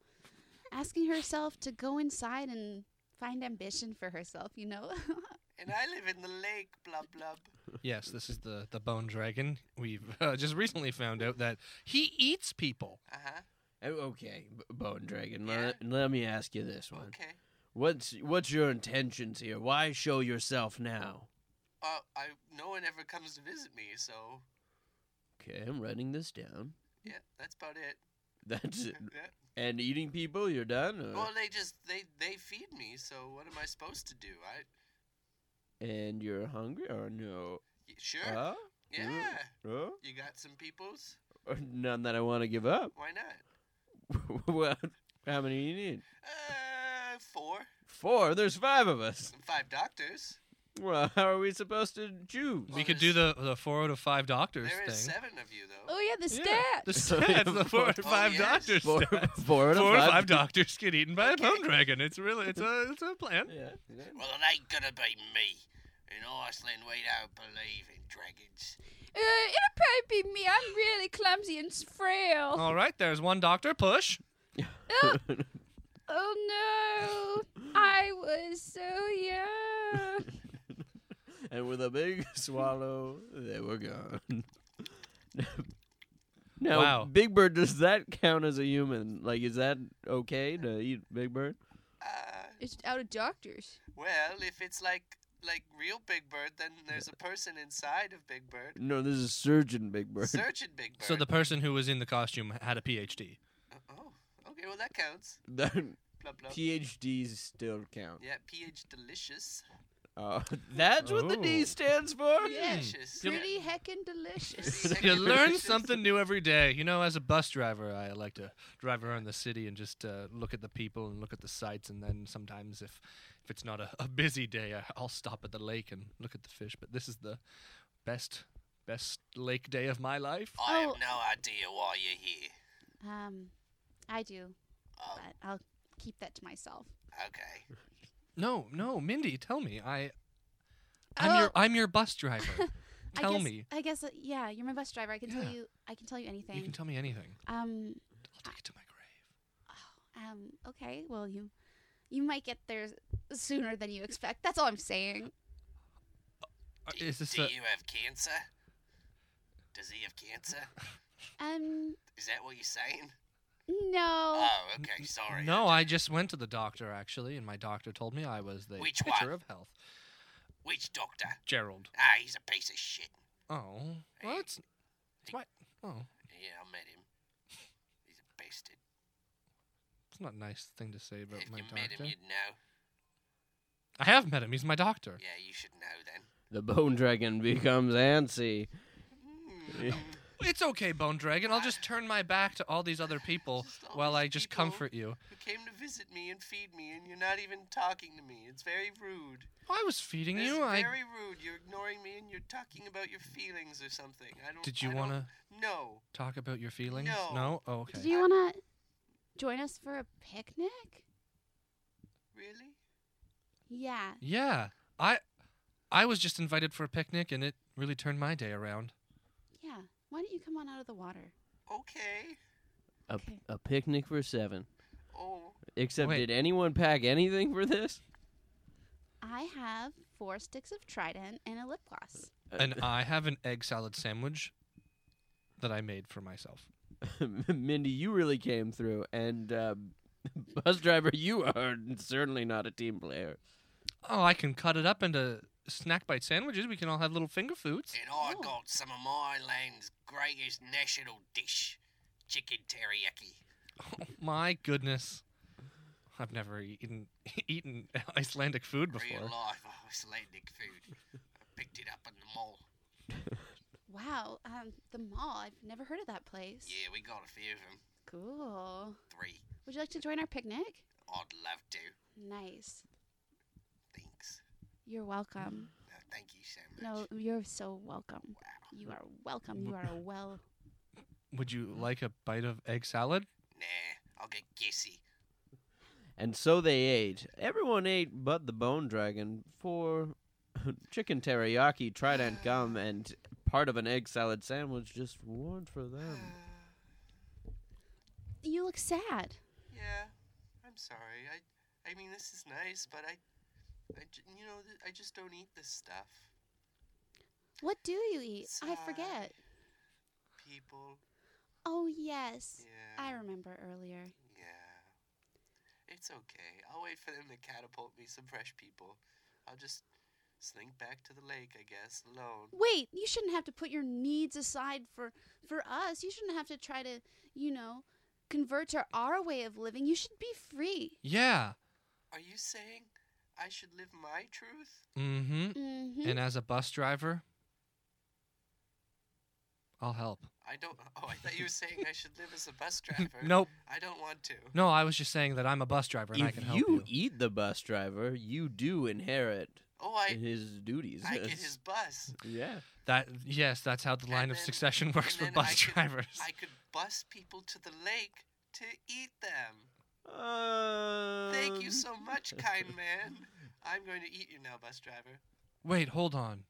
asking herself to go inside and find ambition for herself, you know?
And I live in the lake, blub blub.
Yes, this is the the bone dragon. We've uh, just recently found out that he eats people.
Uh huh.
Oh, Okay, B- Bone Dragon.
Yeah.
Let, let me ask you this one.
Okay.
What's what's your intentions here? Why show yourself now?
Uh, I no one ever comes to visit me, so
Okay, I'm writing this down.
yeah, that's about it.
That's it. uh
Yeah.
And eating people, you're done. Or,
Well, they just they they feed me, so what am I supposed to do? I
and you're hungry or no?
y- sure.
Huh?
yeah.
Huh?
You got some peoples?
Or None that I want to give up.
Why not?
well, how many you need?
Uh, four.
Four. There's five of us.
Five doctors.
Well, how are we supposed to choose?
we could do the the four out of five doctors
There
thing.
is seven of you, though.
Oh yeah, the
Yeah.
stat.
The stats, the four out of
Oh,
five
yes.
doctors.
Four,
stats.
four out of
Four out
five.
of five doctors get eaten by a bone
Okay.
dragon. It's really it's uh, a it's a plan.
Yeah.
Well, it ain't gonna be me. In Iceland, we don't believe in dragons.
Uh, it'll probably be me. I'm really clumsy and s- frail.
All right, there's one doctor push.
Oh no, I was so young.
And with a big swallow, they were gone. now,
Wow.
Big Bird, does that count as a human? Like, is that okay to eat Big Bird?
Uh,
It's out of doctors.
well, if it's like like real Big Bird, then there's a person inside of Big Bird.
No, this is Surgeon Big Bird.
Surgeon Big Bird.
So the person who was in the costume had a PhD.
oh, okay. Well, that counts.
That
Blah blah.
PhDs still count.
yeah, pH delicious.
Hmm.
Uh, that's what the D
Oh.
stands for?
Yeah.
Delicious.
Pretty heckin' delicious.
Pretty
You
heckin'
learn
delicious.
something new every day. You know, as a bus driver, I like to drive around the city and just uh, look at the people and look at the sights. And then sometimes, if if it's not a, a busy day, I, I'll stop at the lake and look at the fish. But this is the best best lake day of my life.
I have
Oh.
no idea why you're here.
um, I do,
Oh,
but I'll keep that to myself.
okay.
No, no, Mindy, tell me. I I'm your
Oh.
I'm your bus driver.
I
tell
guess,
me.
I guess, uh, yeah, you're my bus driver. I can
Yeah.
tell you, I can tell you anything.
You can tell me anything.
um,
I'll take it to my grave.
um, okay, well, you, you might get there sooner than you expect. That's all I'm saying.
Uh, Is this
Do
a
you have cancer? Does he have cancer?
Um,
Is that what you're saying?
no,
Oh, okay. Sorry.
No, I just went to the doctor actually, and my doctor told me I was the
Which
picture
one?
of health.
Which doctor?
Gerald.
Ah, he's a piece of shit.
Oh, well, it's it's my oh,
Yeah, I met him. He's a bastard.
it's not a nice thing to say about
if
my
you met
doctor.
him, you'd know.
I have met him. He's my doctor.
Yeah, you should know then.
The Bone Dragon becomes antsy.
Hmm,
It's okay, Bone Dragon. I'll just turn my back to all these other people
Just all
while
these
I just
people.
comfort you.
You came to visit me and feed me, and you're not even talking to me. It's very rude.
Oh, I was feeding
it's
you. I
very rude. You're ignoring me, and you're talking about your feelings or something. I don't.
Did you
want
wanna-
to? No.
talk about your feelings.
No.
Oh,
do
okay.
you want to join us for a picnic?
Really?
Yeah,
Yeah, I I was just invited for a picnic, and it really turned my day around.
yeah. Why don't you come on out of the water?
Okay.
A,
Okay.
a picnic for seven.
Oh.
Except,
Wait.
did anyone pack anything for this?
I have four sticks of Trident and a lip gloss.
and I have an egg salad sandwich that I made for myself.
Mindy, you really came through, and uh, bus driver, you are certainly not a team player.
Oh, I can cut it up into snack bite sandwiches. We can all have little finger foods.
And I
Oh.
got some of my land's greatest national dish, chicken teriyaki.
Oh, my goodness. I've never eaten eaten Icelandic food
Real
before.
life Icelandic food. I picked it up in the mall.
Wow, um, the mall. I've never heard of that place.
Yeah, we got a few of them.
Cool.
Three.
Would you like to join our picnic?
I'd love to.
Nice.
Thanks.
You're welcome.
No, thank you so much.
No, you're so welcome.
Wow.
You are welcome. You are well.
Would you like a bite of egg salad?
Nah, I'll get gissy.
And so they ate. Everyone ate but the bone dragon for chicken teriyaki, trident gum, and part of an egg salad sandwich just warned for
Um.
them.
Uh,
You look sad.
Yeah, I'm sorry. I, I mean, this is nice, but I, I j- you know, th- I just don't eat this stuff.
What do you eat? I
Sigh.
forget.
People,
Oh, yes.
yeah.
I remember earlier.
Yeah. It's okay. I'll wait for them to catapult me some fresh people. I'll just slink back to the lake, I guess, alone.
Wait, you shouldn't have to put your needs aside for for us. You shouldn't have to try to, you know, convert to our way of living. You should be free.
Yeah.
Are you saying I should live my truth?
Mm-hmm.
Mm-hmm.
And as a bus driver, I'll help.
I don't. Oh, I thought you were saying I should live as a bus driver.
Nope.
I don't want to.
No, I was just saying that I'm a bus driver and I
If
can
you,
help you.
eat the bus driver, you do inherit
Oh, I.
his duties.
I get his bus.
yeah.
That yes, that's how the line of
then-
succession works for
and then
bus
I could-
drivers.
I could bus people to the lake to eat them. Thank
Um,
you
Um.
so much, kind man. I'm going to eat you now, bus driver.
Wait, hold on.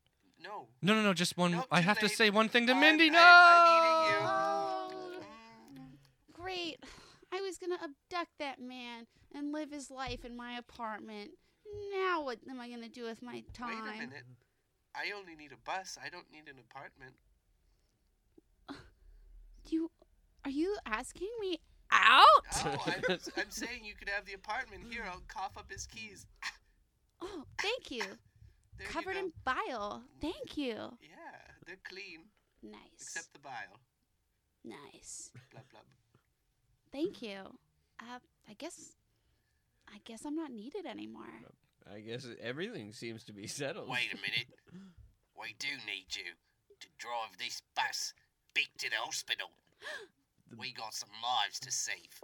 No.
No, no, no, just one.
Nope,
I
too
have to
late.
say one thing to
I'm-
Mindy.
I'm-
no.
I'm eating you.
Oh,
Mm.
great. I was going to abduct that man and live his life in my apartment. Now what am I going to do with my time?
Wait a minute. I only need a bus. I don't need an apartment.
You are you asking me out?
Oh, I'm, I'm saying you could have the apartment here. I'll cough up his keys.
Oh, thank you.
There
Covered
you go.
in bile. Thank you.
Yeah, they're clean
Nice.
except the bile.
Nice.
Blub blub.
Thank you. Uh, I guess I guess I'm not needed anymore.
I guess everything seems to be settled.
Wait a minute. we do need you to drive this bus big to the hospital. we got some lives to save.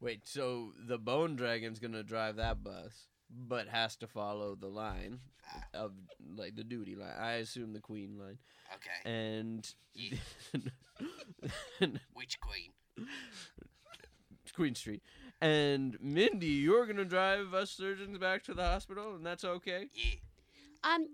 Wait, so the Bone Dragon's gonna drive that bus, but has to follow the line of like the duty line. I assume the Queen line,
Okay.
and
Yeah. Which queen?
Queen Street. And Mindy, you're gonna drive us surgeons back to the hospital, and that's okay.
Yeah.
Um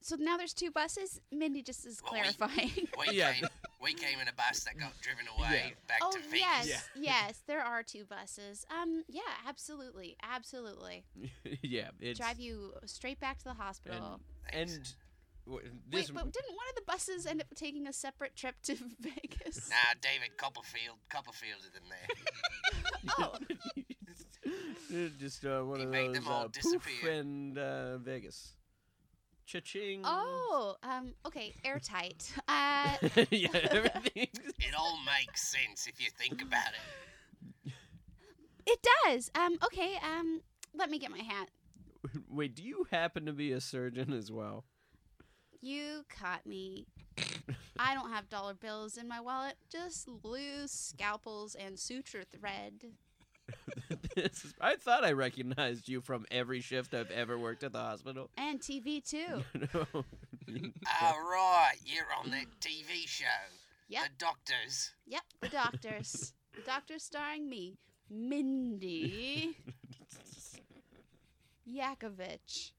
so now there's two buses. Mindy just is
Well, we-
clarifying.
We
Yeah.
came. We came in a bus that got driven away back
oh
to Vegas.
yes,
Yeah.
yes, there are two buses. Um yeah, absolutely. Absolutely.
yeah, it's
Drive you straight back to the hospital.
and.
Thanks.
w-
Wait,
This
but didn't one of the buses end up taking a separate trip to Vegas?
Nah, David Copperfield. Copperfielded them there.
oh,
just uh, one
He
of
made
those
them all
uh, poof
disappear.
and uh, Vegas. Cha-ching.
oh, um, okay, airtight. Uh,
yeah, everything.
It all makes sense if you think about it.
it does. Um, okay. Um, let me get my hat.
Wait, do you happen to be a surgeon as well?
You caught me. I don't have dollar bills in my wallet, just loose scalpels and suture thread.
this is, I thought I recognized you from every shift I've ever worked at the hospital.
And TV too.
All right, you're on that TV show.
Yep.
The Doctors.
Yep, the doctors. the doctors starring me, Mindy Yakovich.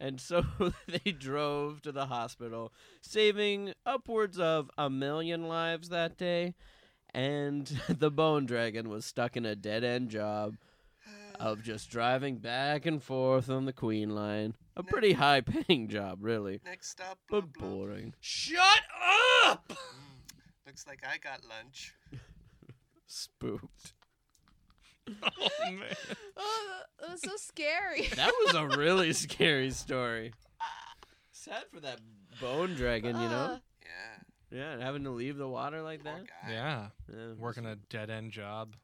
and so they drove to the hospital, saving upwards of a million lives that day. And the Bone Dragon was stuck in a dead end job of just driving back and forth on the Queen Line. A pretty high paying job, really,
Next stop. Blah,
but
blah. Hmm.
boring.
Shut up!
Looks like I got lunch.
Spooked.
Oh man.
Oh, that was so scary.
That was a really scary story. Sad for that bone dragon, you know?
Ugh.
Yeah.
Yeah, and having to leave the water like
Poor
that.
guy.
Yeah,
Yeah.
working a dead end job.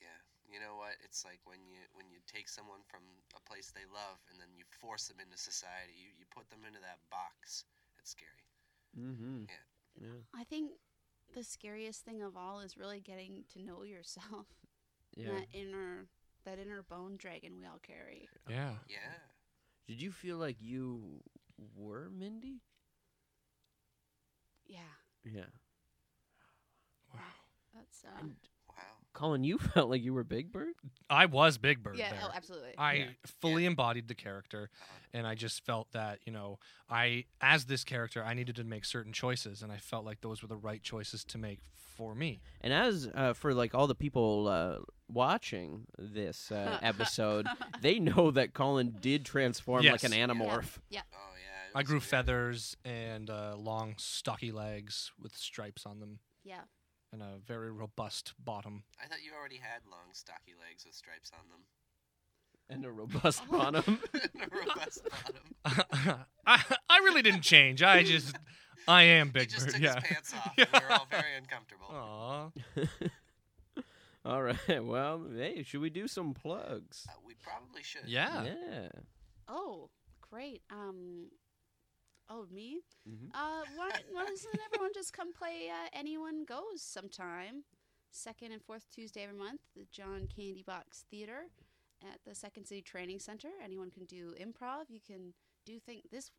Yeah. You know what? It's like when you when you take someone from a place they love and then you force them into society. You you put them into that box. It's scary.
Mm-hmm.
Yeah.
Yeah.
I think the scariest thing of all is really getting to know yourself.
Yeah.
That inner that inner bone dragon we all carry.
Yeah.
Yeah.
Did you feel like you were Mindy?
Yeah.
Yeah.
Wow.
That's
And
uh
Wow.
Colin, you felt like you were Big Bird?
I was Big Bird.
yeah,
there.
oh, absolutely.
I
Yeah.
fully embodied the character,
Uh,
and I just felt that you know, I as this character, I needed to make certain choices, and I felt like those were the right choices to make for me.
And as uh, for like all the people uh, watching this uh, episode, they know that Colin did transform
Yes.
like an
Yeah.
anamorph.
Oh yeah. it
I
was
grew
weird.
feathers and uh, long, stocky legs with stripes on them,
yeah.
and a very robust bottom.
I thought you already had long, stocky legs with stripes on them.
And a robust bottom.
And a robust bottom.
I, I really didn't change. I just, I am
He
Big
just
Bird.
took
yeah.
his pants off. and We were all very uncomfortable.
Aw.
All right. Well, hey, should we do some plugs?
Uh, we probably should.
Yeah.
yeah.
Oh, great. Um, oh me.
Mm-hmm.
Mhm.
Uh, why, why doesn't everyone just come play? Uh, Anyone goes sometime. Second and fourth Tuesday every month, the John Candy Box Theater at the Second City Training Center. Anyone can do improv. You can do things. This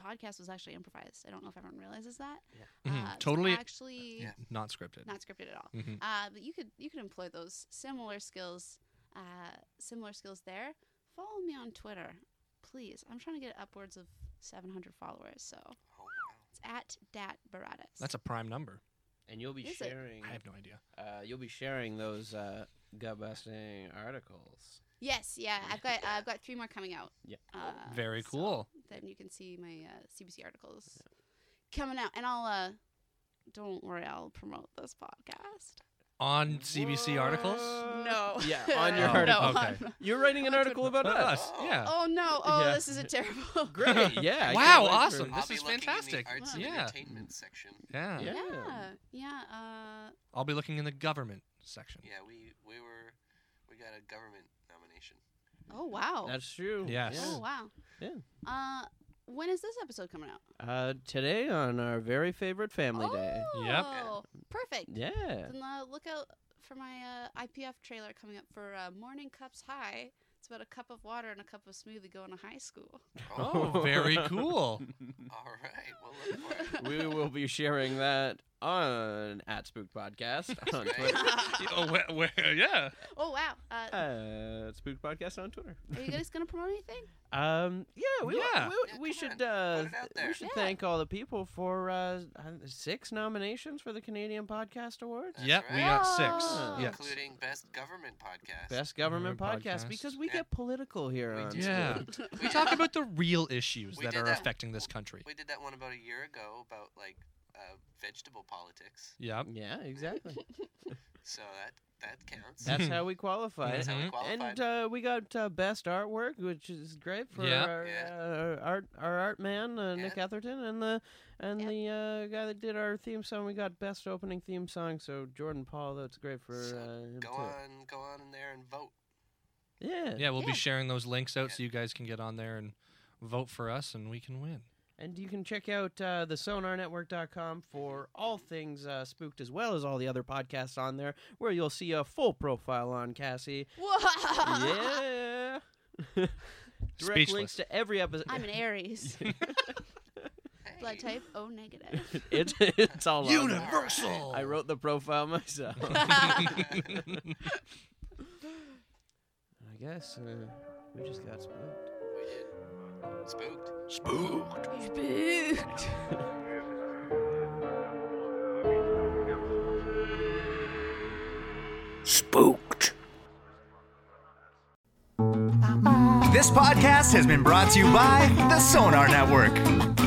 podcast was actually improvised. I don't know if everyone realizes that.
Mhm.
Uh, it's
Totally
Actually,
Yeah.
not scripted.
not scripted at all.
Mhm.
Uh, but you could you could employ those similar skills, uh, similar skills there. Follow me on Twitter, please. I'm trying to get upwards of 700 followers, so
Oh, wow.
it's at dat baratas.
That's a prime number.
And you'll be
Is it?
sharing.
I have no idea.
Uh, you'll be sharing those uh, gut-busting articles.
yes, yeah. I've got uh, I've got three more coming out.
Yeah.
Uh,
Very
so
cool.
then you can see my uh, CBC articles coming out, and I'll uh, don't worry, I'll promote this podcast.
On CBC articles.
No.
Yeah, on your
Oh,
article.
No,
okay.
on-
You're writing an
On
article about
About
us.
us,
Oh.
yeah.
Oh no! Oh,
Yeah.
this is a terrible.
Great. Yeah. I can't
Wow,
wait for-
awesome.
I'll
This
be
is
looking in the
fantastic.
arts and
Yeah.
entertainment section.
Yeah.
Yeah.
Yeah, yeah. Uh,
I'll be looking in the government section.
Yeah, we we were we got a government nomination.
oh wow.
That's true.
Yes.
Yeah.
oh wow.
Yeah.
Uh, when is this episode coming out?
Uh, today on our very favorite family day.
oh,
Yep.
perfect.
Yeah.
Then uh, look out for my uh, IPF trailer coming up for uh, Morning Cups High. It's about a cup of water and a cup of smoothie going to high school.
Oh, very cool.
all right. We'll look for it.
we will be sharing that on at Spooked Podcast on
right.
Twitter.
oh, wh- wh- yeah.
oh wow. Uh,
Uh, Spooked Podcast on Twitter.
are you guys gonna promote anything?
Um, yeah, we
Yeah.
we,
Yeah,
we
come
should
on.
uh,
Put it out
we
there.
should
Yeah.
thank all the people for uh, uh, six nominations for the Canadian Podcast Awards.
That's
yep, we
right.
got six.
Uh,
Oh.
Yes.
Including best government podcast.
Ah. Best government
Government
podcast
podcast.
because we
Yeah.
get political here
We
on
do.
Yeah.
Spooked.
We talk about the real issues
We
that
did
are
that.
affecting this country.
We did that one about a year ago about like uh, vegetable politics.
Yep.
Yeah, exactly.
So that that counts.
That's how we qualify.
That's
it.
how we
Mhm.
qualified.
And uh, we got uh, best artwork, which is great for
Yeah.
our,
Yeah.
uh, art our art man uh, Nick
Yeah.
Atherton and the and
Yeah.
the uh, guy that did our theme song. We got best opening theme song. So Jordan Paul, that's great for
So
uh, him
go
too.
on, go on in there and vote.
Yeah.
Yeah, we'll
Yeah.
be sharing those links out so you guys can get on there and vote for us and we can win.
And you can check out uh, the sonarnetwork.com for all things uh, spooked as well as all the other podcasts on there, where you'll see a full profile on Cassie.
Whoa.
yeah. Direct links
Speechless.
to every episode.
I'm an Aries.
Hey.
Blood type O negative.
it's, it's all on there.
Universal!
I wrote the profile myself. I guess uh, we just got spooked.
We did. Spooked.
This podcast has been brought to you by the Sonar Network.